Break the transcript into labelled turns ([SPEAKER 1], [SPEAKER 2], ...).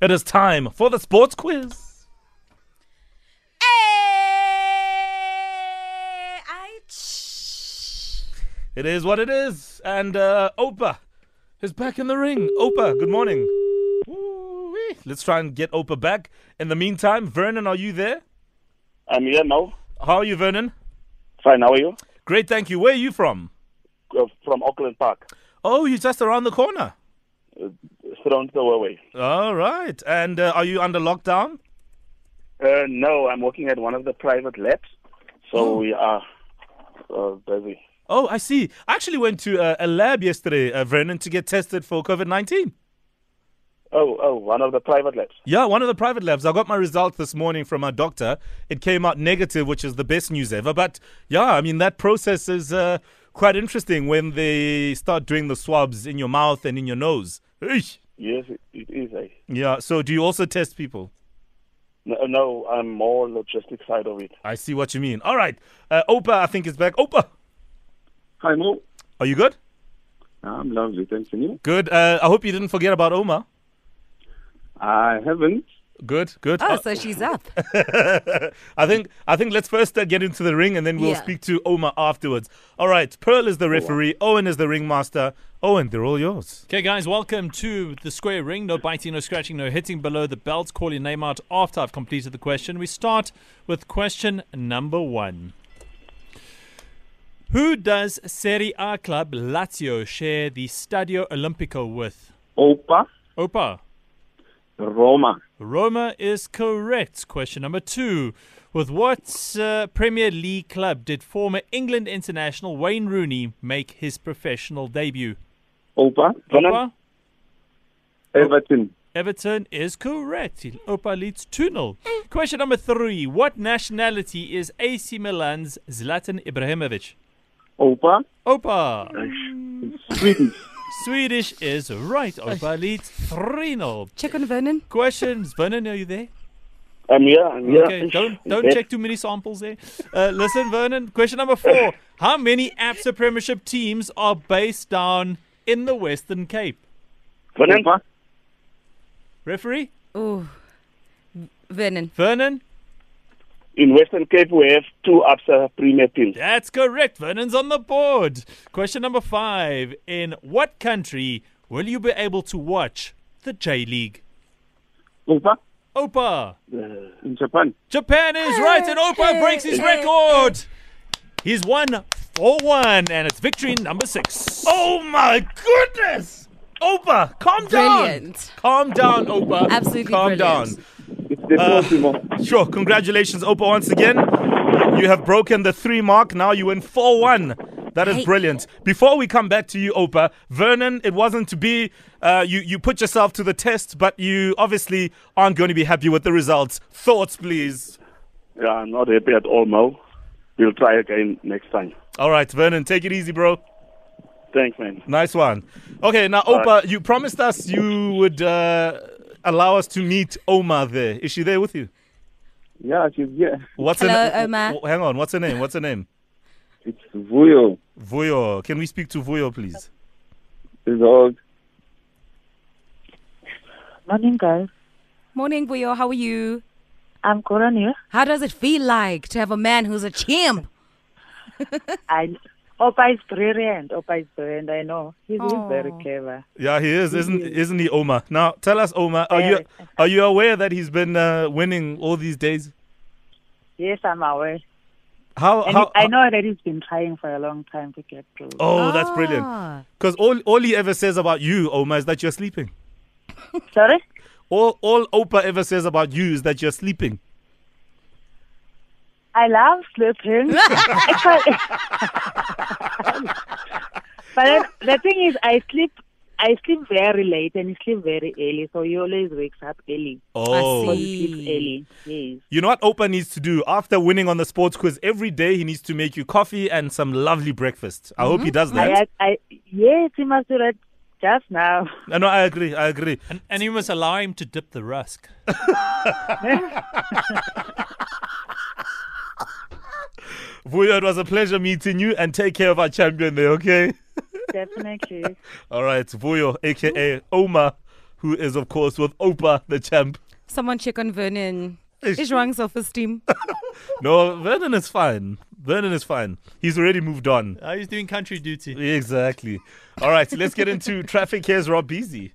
[SPEAKER 1] It is time for the sports quiz.
[SPEAKER 2] Hey, I ch-
[SPEAKER 1] It is what it is. And uh, Opa is back in the ring. Opa, good morning. Ooh-wee. Let's try and get Opa back. In the meantime, Vernon, are you there?
[SPEAKER 3] I'm here now.
[SPEAKER 1] How are you, Vernon?
[SPEAKER 3] Fine, how are you?
[SPEAKER 1] Great, thank you. Where are you from?
[SPEAKER 3] Uh, From Auckland Park,
[SPEAKER 1] Oh, you're just around the corner.
[SPEAKER 3] Surround the way.
[SPEAKER 1] All right. And uh, are you under lockdown?
[SPEAKER 3] Uh, no, I'm working at one of the private labs,
[SPEAKER 4] Oh.
[SPEAKER 3] so we are uh, busy.
[SPEAKER 1] Oh, I see. I actually went to uh, a lab yesterday, uh, Vernon, to get tested for COVID 19.
[SPEAKER 3] Oh, oh, one of the private labs.
[SPEAKER 1] Yeah, one of the private labs. I got my results this morning from my doctor. It came out negative, which is the best news ever. But yeah, I mean, that process is uh, quite interesting when they start doing the swabs in your mouth and in your nose. Eesh.
[SPEAKER 3] Yes, it, it is. Eh?
[SPEAKER 1] Yeah, so do you also test people?
[SPEAKER 3] No, no, I'm more logistic side of it.
[SPEAKER 1] I see what you mean. All right. Uh, Opa, I think, is back. Opa,
[SPEAKER 4] Hi, Mo.
[SPEAKER 1] are you good?
[SPEAKER 4] I'm lovely, thanks. And you?
[SPEAKER 1] Good. Uh, I hope you didn't forget about Oma.
[SPEAKER 4] I haven't.
[SPEAKER 1] Good, good.
[SPEAKER 2] Oh,
[SPEAKER 1] Uh,
[SPEAKER 2] so she's up.
[SPEAKER 1] I think I think let's first uh, get into the ring and then we'll
[SPEAKER 2] Yeah.
[SPEAKER 1] speak to Oma afterwards. All right, Pearl is the referee, Owen is the ringmaster. Owen, they're all yours.
[SPEAKER 5] Okay, guys, welcome to the square ring. No biting, no scratching, no hitting below the belt. Call your name out after I've completed the question. We start with question number one. Who does Serie A club Lazio share the Stadio Olimpico with?
[SPEAKER 4] Opa,
[SPEAKER 5] Opa,
[SPEAKER 4] Roma,
[SPEAKER 5] Roma is correct. Question number two. With what uh, Premier League club did former England international Wayne Rooney make his professional debut?
[SPEAKER 4] Opa,
[SPEAKER 3] Vernon?
[SPEAKER 5] Opa?
[SPEAKER 4] Everton,
[SPEAKER 5] Everton is correct. Opa leads 2 0. Question number three. What nationality is AC Milan's Zlatan Ibrahimovic?
[SPEAKER 4] Opa,
[SPEAKER 5] Opa.
[SPEAKER 3] Mm.
[SPEAKER 4] Swedish,
[SPEAKER 5] Swedish is right. Opa leads 3 0.
[SPEAKER 2] Check on Vernon.
[SPEAKER 5] Questions. Vernon, are you there?
[SPEAKER 3] I'm here. I'm here. Eh,
[SPEAKER 5] Okay, don't, don't
[SPEAKER 3] Yes.
[SPEAKER 5] check too many samples there. Uh, listen, Vernon. Question number four. How many APSA Premiership teams are based down in the Western Cape?
[SPEAKER 3] Vernon?
[SPEAKER 4] Opa,
[SPEAKER 5] Referee?
[SPEAKER 2] Oh, Vernon.
[SPEAKER 5] Vernon?
[SPEAKER 3] In Western Cape, we have two APSA premier teams.
[SPEAKER 5] That's correct. Vernon's on the board. Question number five. In what country will you be able to watch the J League?
[SPEAKER 4] Opa,
[SPEAKER 5] Opa.
[SPEAKER 4] Uh, in Japan.
[SPEAKER 5] Japan is right, and Opa breaks his record. He's won 4 1, and it's victory number six.
[SPEAKER 1] Oh my goodness! Opa, calm
[SPEAKER 2] Brilliant.
[SPEAKER 1] down. Calm down, Opa.
[SPEAKER 2] Absolutely
[SPEAKER 1] calm
[SPEAKER 2] brilliant.
[SPEAKER 4] It's
[SPEAKER 3] Uh.
[SPEAKER 4] definitely Mo.
[SPEAKER 1] down. Sure, congratulations, Opa, once again. You have broken the three mark. Now you win 4 1. That is
[SPEAKER 2] Hey.
[SPEAKER 1] brilliant. Before we come back to you, Opa, Vernon, it wasn't to be. Uh, you, you put yourself to the test, but you obviously aren't going to be happy with the results. Thoughts, please.
[SPEAKER 3] Yeah, I'm not happy at all, Mo. We'll try again next time.
[SPEAKER 1] All right, Vernon, take it easy, bro.
[SPEAKER 3] Thanks, man.
[SPEAKER 1] Nice one. Okay, now, Opa, you promised us you would uh, allow us to meet Oma there. Is she there with you?
[SPEAKER 4] Yeah, she's here.
[SPEAKER 1] What's
[SPEAKER 2] Hello,
[SPEAKER 1] her na-
[SPEAKER 2] Omar.
[SPEAKER 1] w- Hang on. What's her name? What's her name?
[SPEAKER 4] It's Vuyo.
[SPEAKER 1] Vuyo. Can we speak to Vuyo, please?
[SPEAKER 4] She's old.
[SPEAKER 6] Morning, guys.
[SPEAKER 2] Morning, Buyo. How are you?
[SPEAKER 6] I'm good on you.
[SPEAKER 2] How does it feel like to have a man who's a champ?
[SPEAKER 6] I, Opa is brilliant. Opa is brilliant. I know. He's, he's very clever.
[SPEAKER 1] Yeah, he is, isn't isn't he, Oma? Now tell us, Oma, are you are you aware that he's been uh, winning all these days?
[SPEAKER 6] Yes, I'm aware.
[SPEAKER 1] How
[SPEAKER 6] And
[SPEAKER 1] how?
[SPEAKER 6] I know that he's been trying for a long time to get through.
[SPEAKER 1] Oh, that's brilliant.
[SPEAKER 2] Ah.
[SPEAKER 1] Because all all he ever says about you, Oma, is that you're sleeping.
[SPEAKER 6] Sorry?
[SPEAKER 1] All all Opa ever says about you is that you're sleeping.
[SPEAKER 6] I love sleeping. I can't- but then, the thing is, I sleep. I sleep very late and he sleep very early, so he always wakes up early.
[SPEAKER 1] Oh,
[SPEAKER 6] So he sleeps early. Yes.
[SPEAKER 1] you know what Opa needs to do after winning on the sports quiz every day? He needs to make you coffee and some lovely breakfast. I hope he does
[SPEAKER 6] I,
[SPEAKER 1] that.
[SPEAKER 6] had- I, yes, he must do that just now.
[SPEAKER 1] I, no, I agree. I agree.
[SPEAKER 5] And, and you must allow him to dip the rusk.
[SPEAKER 1] Vuyo, it was a pleasure meeting you and take care of our champion there, okay?
[SPEAKER 6] Definitely.
[SPEAKER 1] All right, Vuyo, aka Oma who is, of course, with Opa the champ.
[SPEAKER 2] Someone check on Vernon.
[SPEAKER 1] Ish.
[SPEAKER 2] Is wrong self esteem.
[SPEAKER 1] No, Vernon is fine. Vernon is fine. He's already moved on.
[SPEAKER 5] Uh, he's doing country duty.
[SPEAKER 1] Exactly. All right, let's get into traffic. Here's Rob Beasy.